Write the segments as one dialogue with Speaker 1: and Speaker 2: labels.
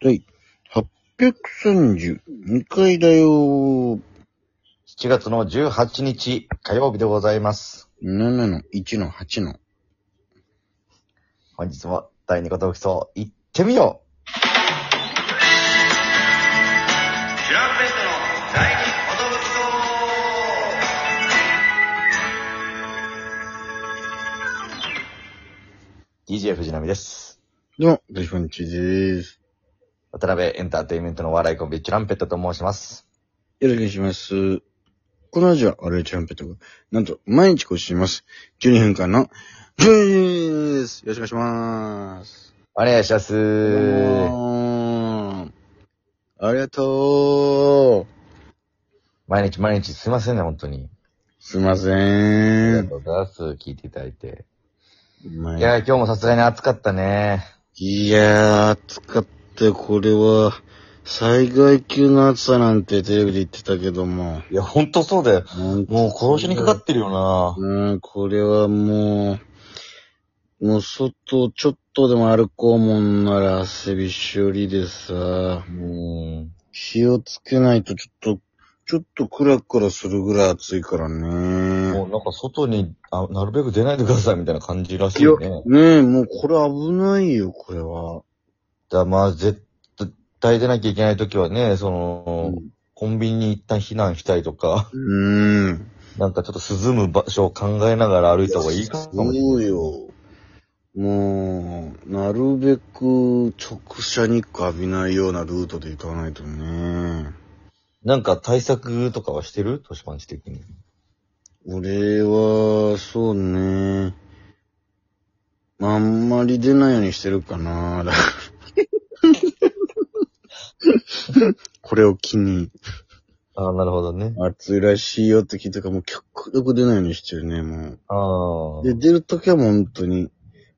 Speaker 1: 第832回だよ
Speaker 2: 7月の18日火曜日でございます。
Speaker 1: 7の1の8の。
Speaker 2: 本日も第2個トークソー行ってみよ
Speaker 3: チュランペットの第二
Speaker 2: う !DJ 藤波です。
Speaker 1: どうも、デシファンチーです。
Speaker 2: 渡辺エンターテインメントのお笑いコンビ、チュランペットと申します。
Speaker 1: よろしくお願いします。このラジオは我々チャンペットが、なんと毎日更新します。12分間の、12です。よろしくお願いします。
Speaker 2: お願いします。
Speaker 1: どうも
Speaker 2: 毎
Speaker 1: ありがとう
Speaker 2: 日毎日すいませんね、本当に。
Speaker 1: すいませ
Speaker 2: ありが
Speaker 1: ん
Speaker 2: と。うございます。聞いていただいて。
Speaker 1: い
Speaker 2: いやー、今日もさすがに暑かったね。
Speaker 1: いやー、暑かったよ、これは。災害級の暑さなんてテレビで言ってたけども。
Speaker 2: いや、ほんとそうだよ。
Speaker 1: も
Speaker 2: もう殺しにかかってるよな
Speaker 1: うん、これはもう、もう外ちょっとでも歩こうもんなら汗びっしょりでさ、
Speaker 2: うーん。
Speaker 1: 気をつけないとちょっと、ちょっとクラクラするぐらい暑いから
Speaker 2: も
Speaker 1: ね。
Speaker 2: うなんか外にあ、なるべく出ないでくださいみたいな感じらしいね。
Speaker 1: ねえ、もうこれ危ないよ、これは。
Speaker 2: だまあ、絶対出なきゃいけないときはね、その、
Speaker 1: うん
Speaker 2: コンビニに一旦避難したりとか、
Speaker 1: うん。
Speaker 2: なんかちょっと涼む場所を考えながら歩いた方がいいかもしれない。
Speaker 1: そう。よ。もう、なるべく直射日光浴びないようなルートで行かないとね。
Speaker 2: なんか対策とかはしてる年パンチ的に。
Speaker 1: 俺は、そうね。あんまり出ないようにしてるかな。だからこれを機に、
Speaker 2: ああ、なるほどね。
Speaker 1: 暑いらしいよって聞いたから、もう極力出ないようにしてるね、も
Speaker 2: ああ
Speaker 1: う。。で、出るときはもう本当に、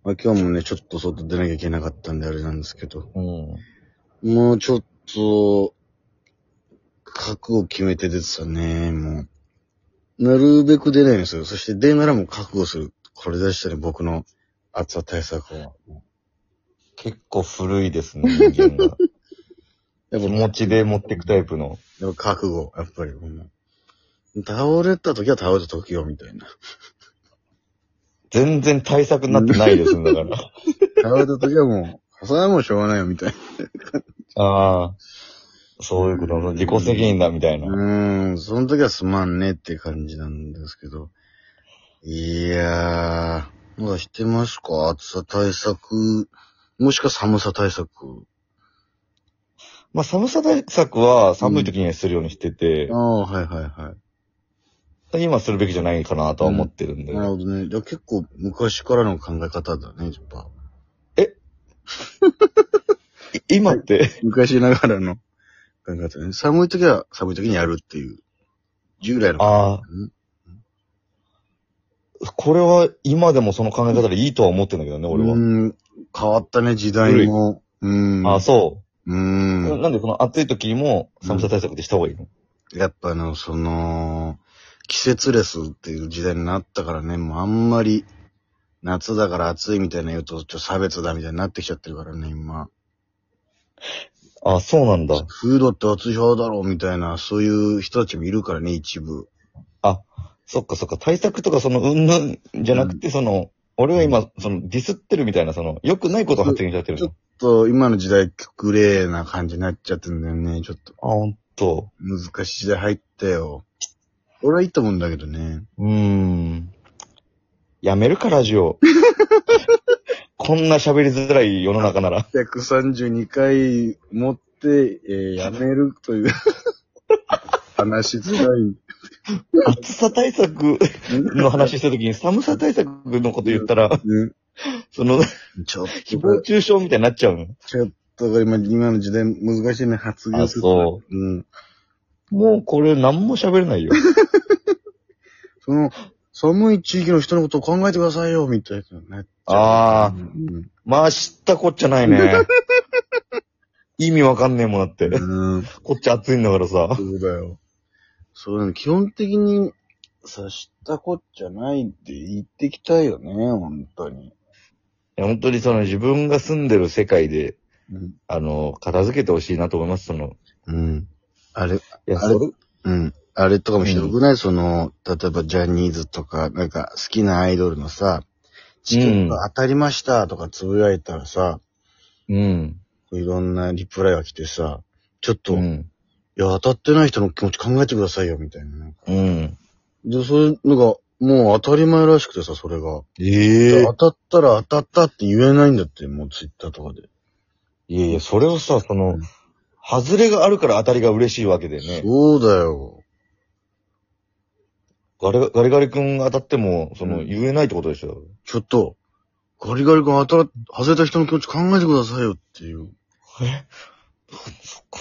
Speaker 1: まあ今日もね、ちょっと外出なきゃいけなかったんであれなんですけど、
Speaker 2: うん。
Speaker 1: もうちょっと、覚悟決めて出てたね、もう。なるべく出ないようにする。そして出るならもう覚悟する。これ出したね、僕の暑さ対策は。
Speaker 2: 結構古いですね、人間が。
Speaker 1: やっ
Speaker 2: 気
Speaker 1: ぱ、
Speaker 2: 持ちで持ってくタイプの。
Speaker 1: やっぱ覚悟、やっぱりもう。倒れた時は倒れた時よ、みたいな。
Speaker 2: 全然対策になってないですね、だ から。
Speaker 1: 倒れた時はもう、それはもうしょうがないよ、みたい
Speaker 2: ああ。そういうことなの、自己責任だ、みたい
Speaker 1: な。
Speaker 2: な。
Speaker 1: うーん、その時はすまんねって感じなんですけど。いやー、まだしてますか暑さ対策。もしか寒さ対策。
Speaker 2: まあ、寒さ対策は寒い時にはするようにしてて、
Speaker 1: ああ、はいはいはい。
Speaker 2: 今するべきじゃないかなとは思ってるんで。
Speaker 1: なるほどね。じゃあ結構昔からの考え方だね、やっぱ。
Speaker 2: い今って、
Speaker 1: 昔ながらの考え方ね。寒い時は寒い時にやるっていう。従来の考
Speaker 2: ああ、これは今でもその考え方でいいとは思ってんだけどね、
Speaker 1: え
Speaker 2: 俺
Speaker 1: う
Speaker 2: は。
Speaker 1: ん。変わったね、時代も。うん。。
Speaker 2: ああ、そうう。
Speaker 1: ん。
Speaker 2: なんでこの暑い時にも寒さ対策でした方がいいの、
Speaker 1: やっぱあの、その、季節レスっていう時代になったからね、もうあんまり、夏だから暑いみたいな言うと、ちょっと差別だみたいになってきちゃってるからね、今。
Speaker 2: ああ、そうなんだ。
Speaker 1: フードって暑い方だろうみたいな、そういう人たちもいるからね、一部。
Speaker 2: そっかそっか、対策とかその、うんぬんじゃなくて、その、俺は今、その、ディスってるみたいな、その、良くないことを発言しちゃってる
Speaker 1: ちょ
Speaker 2: の。
Speaker 1: ちょっと、今の時代、グレーな感じになっちゃってんだよね。ちょっと、
Speaker 2: あ、ほんと。
Speaker 1: 難しい時代入ったよ。俺はいいと思うんだけどね。
Speaker 2: うーん。やめるか、ラジオ。 こんな喋りづらい世の中なら。
Speaker 1: 132回持って、えーやめるという、話しづらい。
Speaker 2: 暑さ対策の話したときに寒さ対策のこと言ったら、
Speaker 1: ね
Speaker 2: その、
Speaker 1: ちょっ
Speaker 2: 誹謗
Speaker 1: と、
Speaker 2: 中傷みたいになっちゃうの。
Speaker 1: ちょっと今、今の時代難しいね、発言する。。
Speaker 2: あそう
Speaker 1: うん。
Speaker 2: もうこれ何も喋れないよ。
Speaker 1: その、寒い地域の人のことを考えてくださいよ、みたいなね。
Speaker 2: ああ、
Speaker 1: うん
Speaker 2: まあ知ったこっちゃない ね。意味わかんねえもんだって。
Speaker 1: うん。
Speaker 2: こっち暑いんだからさ。
Speaker 1: そうだよ。 そうだね。基本的に、さ、知ったこっちゃないって言ってきたいよね、本当に。
Speaker 2: いや本当にその自分が住んでる世界で、
Speaker 1: うん。
Speaker 2: あの、片付けてほしいなと思います。その、
Speaker 1: うん。あれ、
Speaker 2: いや、
Speaker 1: あれ
Speaker 2: それ、
Speaker 1: うん。あれとかもひど
Speaker 2: うん
Speaker 1: くない、その、例えばジャニーズとか、なんか好きなアイドルのさ、チケット当たりましたとかつぶやいたらさ、
Speaker 2: うん。
Speaker 1: いろんなリプライが来てさ、ちょっと、
Speaker 2: う
Speaker 1: い
Speaker 2: ん。
Speaker 1: や、当たってない人の気持ち考えてくださいよ、みたいな。なんか
Speaker 2: うん。
Speaker 1: で、そういうのが、もう当たり前らしくてさ、それが。
Speaker 2: ええ
Speaker 1: 当たったら当たったって言えないんだって、もうツイッターとかで。
Speaker 2: いやいや、それをさ、その
Speaker 1: うん、
Speaker 2: 外れがあるから当たりが嬉しいわけでね。
Speaker 1: そうだよ。
Speaker 2: ガリガリガリ君当たっても、そうの、
Speaker 1: ん
Speaker 2: 言えないってことでしょ。
Speaker 1: ちょっと、ガリガリ君当たら、外れた人の気持ち考えてくださいよっていう。
Speaker 2: えそっか。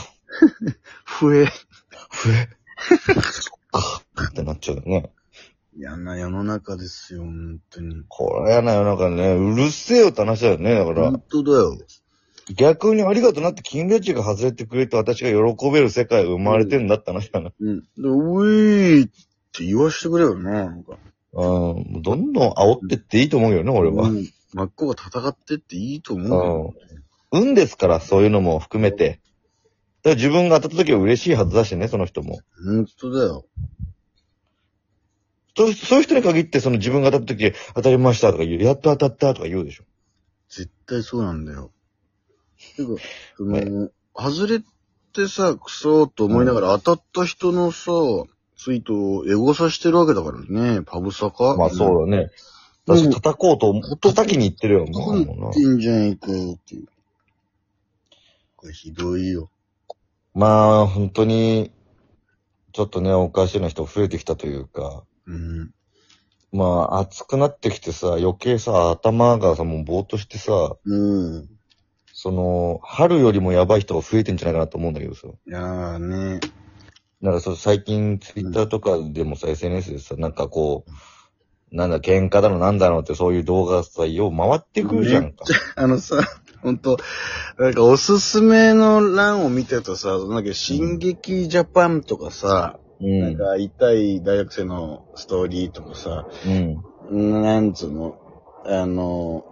Speaker 1: ふえ。
Speaker 2: ふえ。そっか。ってなっちゃうよね。
Speaker 1: 嫌な世の中ですよ、本当に。
Speaker 2: これやな、なんかね、うるせえよって話だよね。だから、
Speaker 1: 本当だよ。
Speaker 2: 逆にありがとうなって、金魚ッチが外れてくれて私が喜べる世界が生まれてんだって話だな。
Speaker 1: うん。で、うえーって言わしてくれよな、なんか。
Speaker 2: うん。もうどんどん煽ってっていいと思うよね、俺は
Speaker 1: う。ん。真っ向が戦ってっていいと思うよ。
Speaker 2: うん。運ですから、そういうのも含めて。だから自分が当たった時は嬉しいはずだしね、その人も。
Speaker 1: 本当だよ。
Speaker 2: そうそういう人に限って、その自分が当たった時、当たりましたとか言う、やっと当たったとか言うでしょ。
Speaker 1: 絶対そうなんだよ。て か、そ
Speaker 2: ね
Speaker 1: の、外れってさ、クソーと思いながら当たった人のさ、ツイートをエゴさしてるわけだからね、パブサか。
Speaker 2: まあそうだね。
Speaker 1: うん
Speaker 2: 私叩こうと思
Speaker 1: う
Speaker 2: う、
Speaker 1: ん
Speaker 2: 叩きに行ってるよ、
Speaker 1: ど
Speaker 2: も
Speaker 1: こ
Speaker 2: う
Speaker 1: に
Speaker 2: も
Speaker 1: 行っ
Speaker 2: うな
Speaker 1: て。んじゃん、行くっていう。これひどいよ。
Speaker 2: まあ、本当に、ちょっとね、おかしな人増えてきたというか、
Speaker 1: うん。
Speaker 2: まあ、熱くなってきてさ、余計さ、頭がさ、もうぼーっとしてさ、
Speaker 1: うん。
Speaker 2: その、春よりもやばい人が増えてんじゃないかなと思うんだけどさ。
Speaker 1: いやーね。
Speaker 2: なんかそう、最近ツイッターとかでもさ、SNS でさ、なんかこう、なんだ、喧嘩だのなんだのってそういう動画さ、よう回ってくるじゃんか。
Speaker 1: あのさ、ほんと、なんかおすすめの欄を見てるとさ、なんか進撃ジャパンとかさ、
Speaker 2: う
Speaker 1: なん
Speaker 2: ん。
Speaker 1: か痛い大学生のストーリーとかさ、
Speaker 2: うん。
Speaker 1: なんつうの、あの、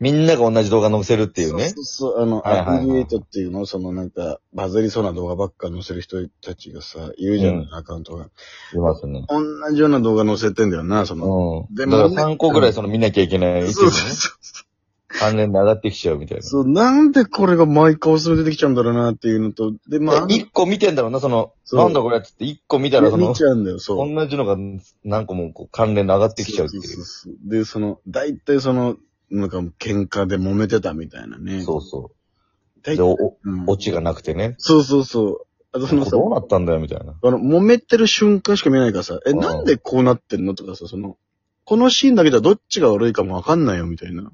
Speaker 2: みんなが同じ動画載せるっていうね。
Speaker 1: そうそうそう、あの、
Speaker 2: はいはいはい
Speaker 1: アフィリエイトっていうの、そのなんか、バズりそうな動画ばっか載せる人たちがさ、いるじゃん、
Speaker 2: うん
Speaker 1: アカウントが。
Speaker 2: いますね。
Speaker 1: 同じような動画載せてんだよな、その。
Speaker 2: うん。
Speaker 1: で
Speaker 2: だ
Speaker 1: も
Speaker 2: から3個ぐらいその見なきゃいけないっていう
Speaker 1: そう
Speaker 2: ね。
Speaker 1: そうそう。
Speaker 2: 関連で上がってきちゃうみたいな。
Speaker 1: そう、なんでこれが毎回おすすめ出てきちゃうんだろうなっていうのと、で、まあ、
Speaker 2: 1個見てんだろうな、その、
Speaker 1: そう
Speaker 2: なんだこれっつって1個見たらそ
Speaker 1: 見
Speaker 2: の
Speaker 1: 見ち、ゃうんだよ、そう。
Speaker 2: 同じのが何個もこう関連で上がってきちゃうってい
Speaker 1: そうう。そうそうで、その、大体その、なんか喧嘩で揉めてたみたいなね。。
Speaker 2: そうそうう。
Speaker 1: 大
Speaker 2: で、
Speaker 1: 体、
Speaker 2: お
Speaker 1: うん
Speaker 2: オチがなくてね。
Speaker 1: そうそうそう。あとそのさ、
Speaker 2: どうなったんだよ、みたいな。
Speaker 1: あの、揉めてる瞬間しか見えないからさ、え、
Speaker 2: うん
Speaker 1: なんでこうなってんのとかさ、その、このシーンだけじゃどっちが悪いかもわかんないよ、みたいな。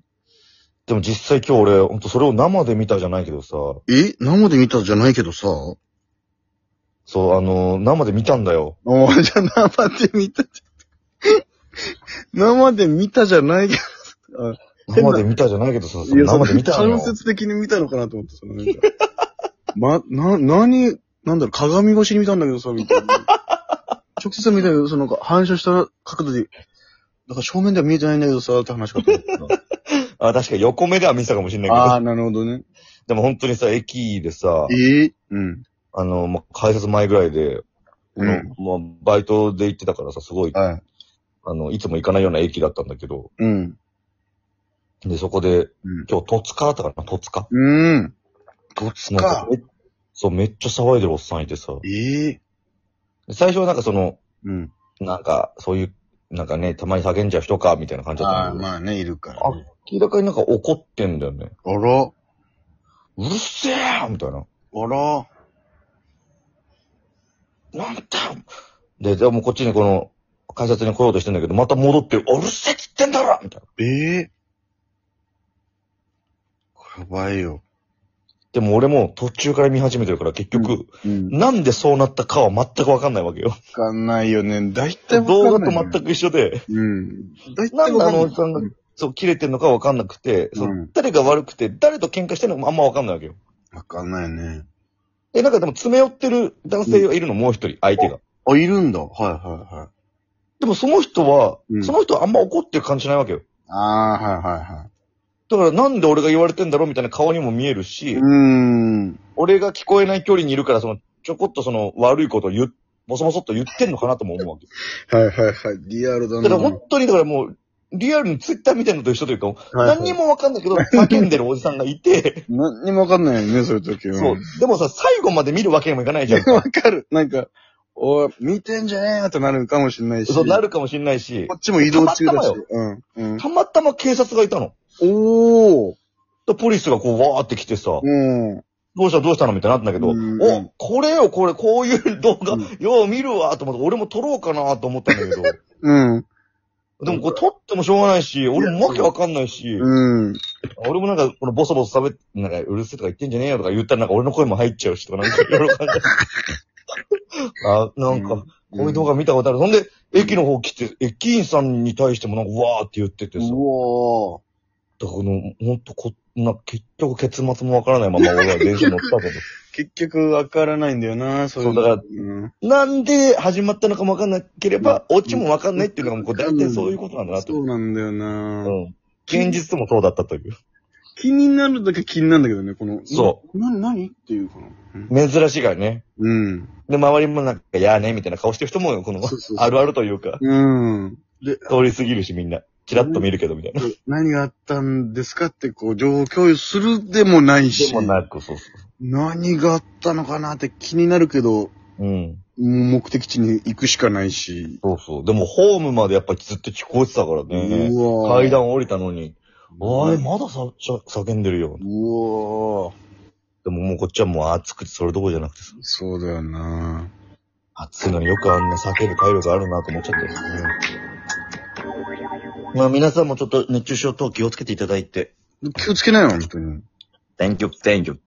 Speaker 2: でも実際今日俺、ほんとそれを生で見たじゃないけどさ、
Speaker 1: え生で見たじゃないけどさ。
Speaker 2: そう、あのー生で見たんだよ。
Speaker 1: おーじゃあ生で見たじゃ、 生で見たじゃないけど、あ変な
Speaker 2: 生で見たじゃないけどさ、そ
Speaker 1: いや、
Speaker 2: の生で
Speaker 1: その
Speaker 2: 見たのよ
Speaker 1: 間。接的に見たのかなと思って、そのなんか ま、な、なに、なんだろう、鏡越しに見たんだけどさ、みたいな。直接は見たけど、そのなんか反射した角度で、だから正面では見えてないんだけどさ、って話かと思った。
Speaker 2: あ、確か横目では見てたかもしれない け
Speaker 1: ああ、なるほどね。
Speaker 2: ど。でも本当にさ、駅でさ、
Speaker 1: ええうん。
Speaker 2: あのー、まあ、改札前ぐらいで、
Speaker 1: うん
Speaker 2: もうバイトで行ってたからさ、すごい、
Speaker 1: はい。
Speaker 2: あの、いつも行かないような駅だったんだけど、
Speaker 1: うん。
Speaker 2: で、そこで、
Speaker 1: うん
Speaker 2: 今日、トツカだったかな、トツカ。
Speaker 1: うん。どつか。
Speaker 2: めそう、めっちゃ騒いでるおっさんいてさ、
Speaker 1: ええ
Speaker 2: 最初はなんかその、
Speaker 1: うん。
Speaker 2: なんか、そういう、なんかね、たまに叫んじゃう人か、みたいな感じだったん
Speaker 1: あ
Speaker 2: だ
Speaker 1: あ、
Speaker 2: けど、
Speaker 1: まあね、いるから、ね。
Speaker 2: 明らかになんか怒ってんだよね。
Speaker 1: あら、
Speaker 2: うるせえみたいな。
Speaker 1: あら、
Speaker 2: なんだで、でもこっちにこの、改札に来ようとしてんだけど、また戻って、うるせえっつってんだろみたいな。
Speaker 1: ええやばいよ。
Speaker 2: でも俺も途中から見始めてるから、結局、
Speaker 1: うん。
Speaker 2: なんでそうなったかは全くわかんないわけよ。
Speaker 1: わかんないよね。大体わかんない
Speaker 2: 動
Speaker 1: よ
Speaker 2: 画
Speaker 1: ね、
Speaker 2: と全く一緒で、
Speaker 1: うん。大
Speaker 2: な
Speaker 1: 体
Speaker 2: ん
Speaker 1: わかん
Speaker 2: であの
Speaker 1: な
Speaker 2: お
Speaker 1: い
Speaker 2: じ。さんが、そう、切れてんのかわかんなくて、そう
Speaker 1: うん
Speaker 2: 誰が悪くて、誰と喧嘩してんのかもあんまわかんないわけよ。
Speaker 1: わかんないね。
Speaker 2: え、なんかでも詰め寄ってる男性がいるの、もう一人、相手が。
Speaker 1: あ、いるんだ。はいはいはい。
Speaker 2: でもその人は、
Speaker 1: うん
Speaker 2: その人はあんま怒ってる感じしないわけよ。
Speaker 1: ああ、はいはいはい。
Speaker 2: だからなんで俺が言われてんだろうみたいな顔にも見えるし、
Speaker 1: うーん。
Speaker 2: 俺が聞こえない距離にいるから、その、ちょこっとその、悪いことを言っ、もそもそっと言ってんのかなとも思うわけ。
Speaker 1: はいはいはい。リアルだ
Speaker 2: だか
Speaker 1: な。
Speaker 2: ら本当に、だからもう、リアルにツイッター見てんのと一緒というか、
Speaker 1: いはい
Speaker 2: 何にもわかんないけど、叫んでるおじさんがいて、
Speaker 1: 何にもわかんないよね、そういう時は。
Speaker 2: そう。でもさ、最後まで見るわけにもいかないじゃん。
Speaker 1: わかる。なんか、おい、見てんじゃねえよってなるかもしれないし。
Speaker 2: そうなるかもしんないし
Speaker 1: こ、っちも移動中
Speaker 2: たま
Speaker 1: だ
Speaker 2: た
Speaker 1: し
Speaker 2: まよ。
Speaker 1: うん。うん。
Speaker 2: たまたま警察がいたの。
Speaker 1: おー。
Speaker 2: でポリスがこう、わーって来てさ、
Speaker 1: うん。
Speaker 2: どうしたどうしたのみたいになったんだけど、
Speaker 1: うん
Speaker 2: お、これよ、これ、こういう動画、
Speaker 1: うん
Speaker 2: よう見るわ、と思って、俺も撮ろうかな、と思ったん だけど、
Speaker 1: うん。
Speaker 2: でもこれ撮ってもしょうがないし、俺もわけわかんないし、
Speaker 1: うん。
Speaker 2: 俺もなんか、このボソボソ喋って、なんか、うるせえとか言ってんじゃねえよとか言ったらなんか俺の声も入っちゃうしとか、な んかいろいろ考えてあ、なんか、こういう動画見たことある。そんで、駅の方来て、駅員さんに対してもなんか、わーって言ってて
Speaker 1: う
Speaker 2: さ、
Speaker 1: わ
Speaker 2: だからこの、ほんとこ、な、結局結末もわからないまま俺は電車乗ったけど、
Speaker 1: ー。結局わからないんだよな、そういうの。
Speaker 2: そうだか
Speaker 1: うん
Speaker 2: なんで始まったのかもわかんなければ、オチもわかんないっていうのがもうこう、大体そういうことなんだなと
Speaker 1: そ。うなんだよな、
Speaker 2: うん。現実ともそうだったという。
Speaker 1: 気になるだけ気になるんだけどね、この。。
Speaker 2: そう
Speaker 1: な、なにっていうかな。
Speaker 2: 珍しいからね。
Speaker 1: うん。
Speaker 2: で、周りもなんか、やーね、みたいな顔してる人も、この
Speaker 1: そうそう、そう
Speaker 2: あるあるというか、
Speaker 1: うん。
Speaker 2: 通り過ぎるしみんな。チラッと見るけどみたいな。
Speaker 1: 何があったんですかって、こう、情報共有するでもないし。
Speaker 2: でもなく、そうそ
Speaker 1: 何があったのかなって気になるけど、
Speaker 2: う。うん。
Speaker 1: もう目的地に行くしかないし。
Speaker 2: そうそう。でも、ホームまでやっぱずっと聞こえてたからね。
Speaker 1: うわ
Speaker 2: 階。段降りたのに、おい、
Speaker 1: うわ
Speaker 2: まださ、ちゃ叫んでるよ。
Speaker 1: ー
Speaker 2: でももうこっちはもう暑くてそれどころじゃなくてさ、
Speaker 1: そうだよな
Speaker 2: 暑いのによくあんな叫ぶ体力あるなと思っちゃったよまあ皆さんもちょっと熱中症等気をつけていただいて。
Speaker 1: 気をつけないよ、本当に。
Speaker 2: Thank you, thank you.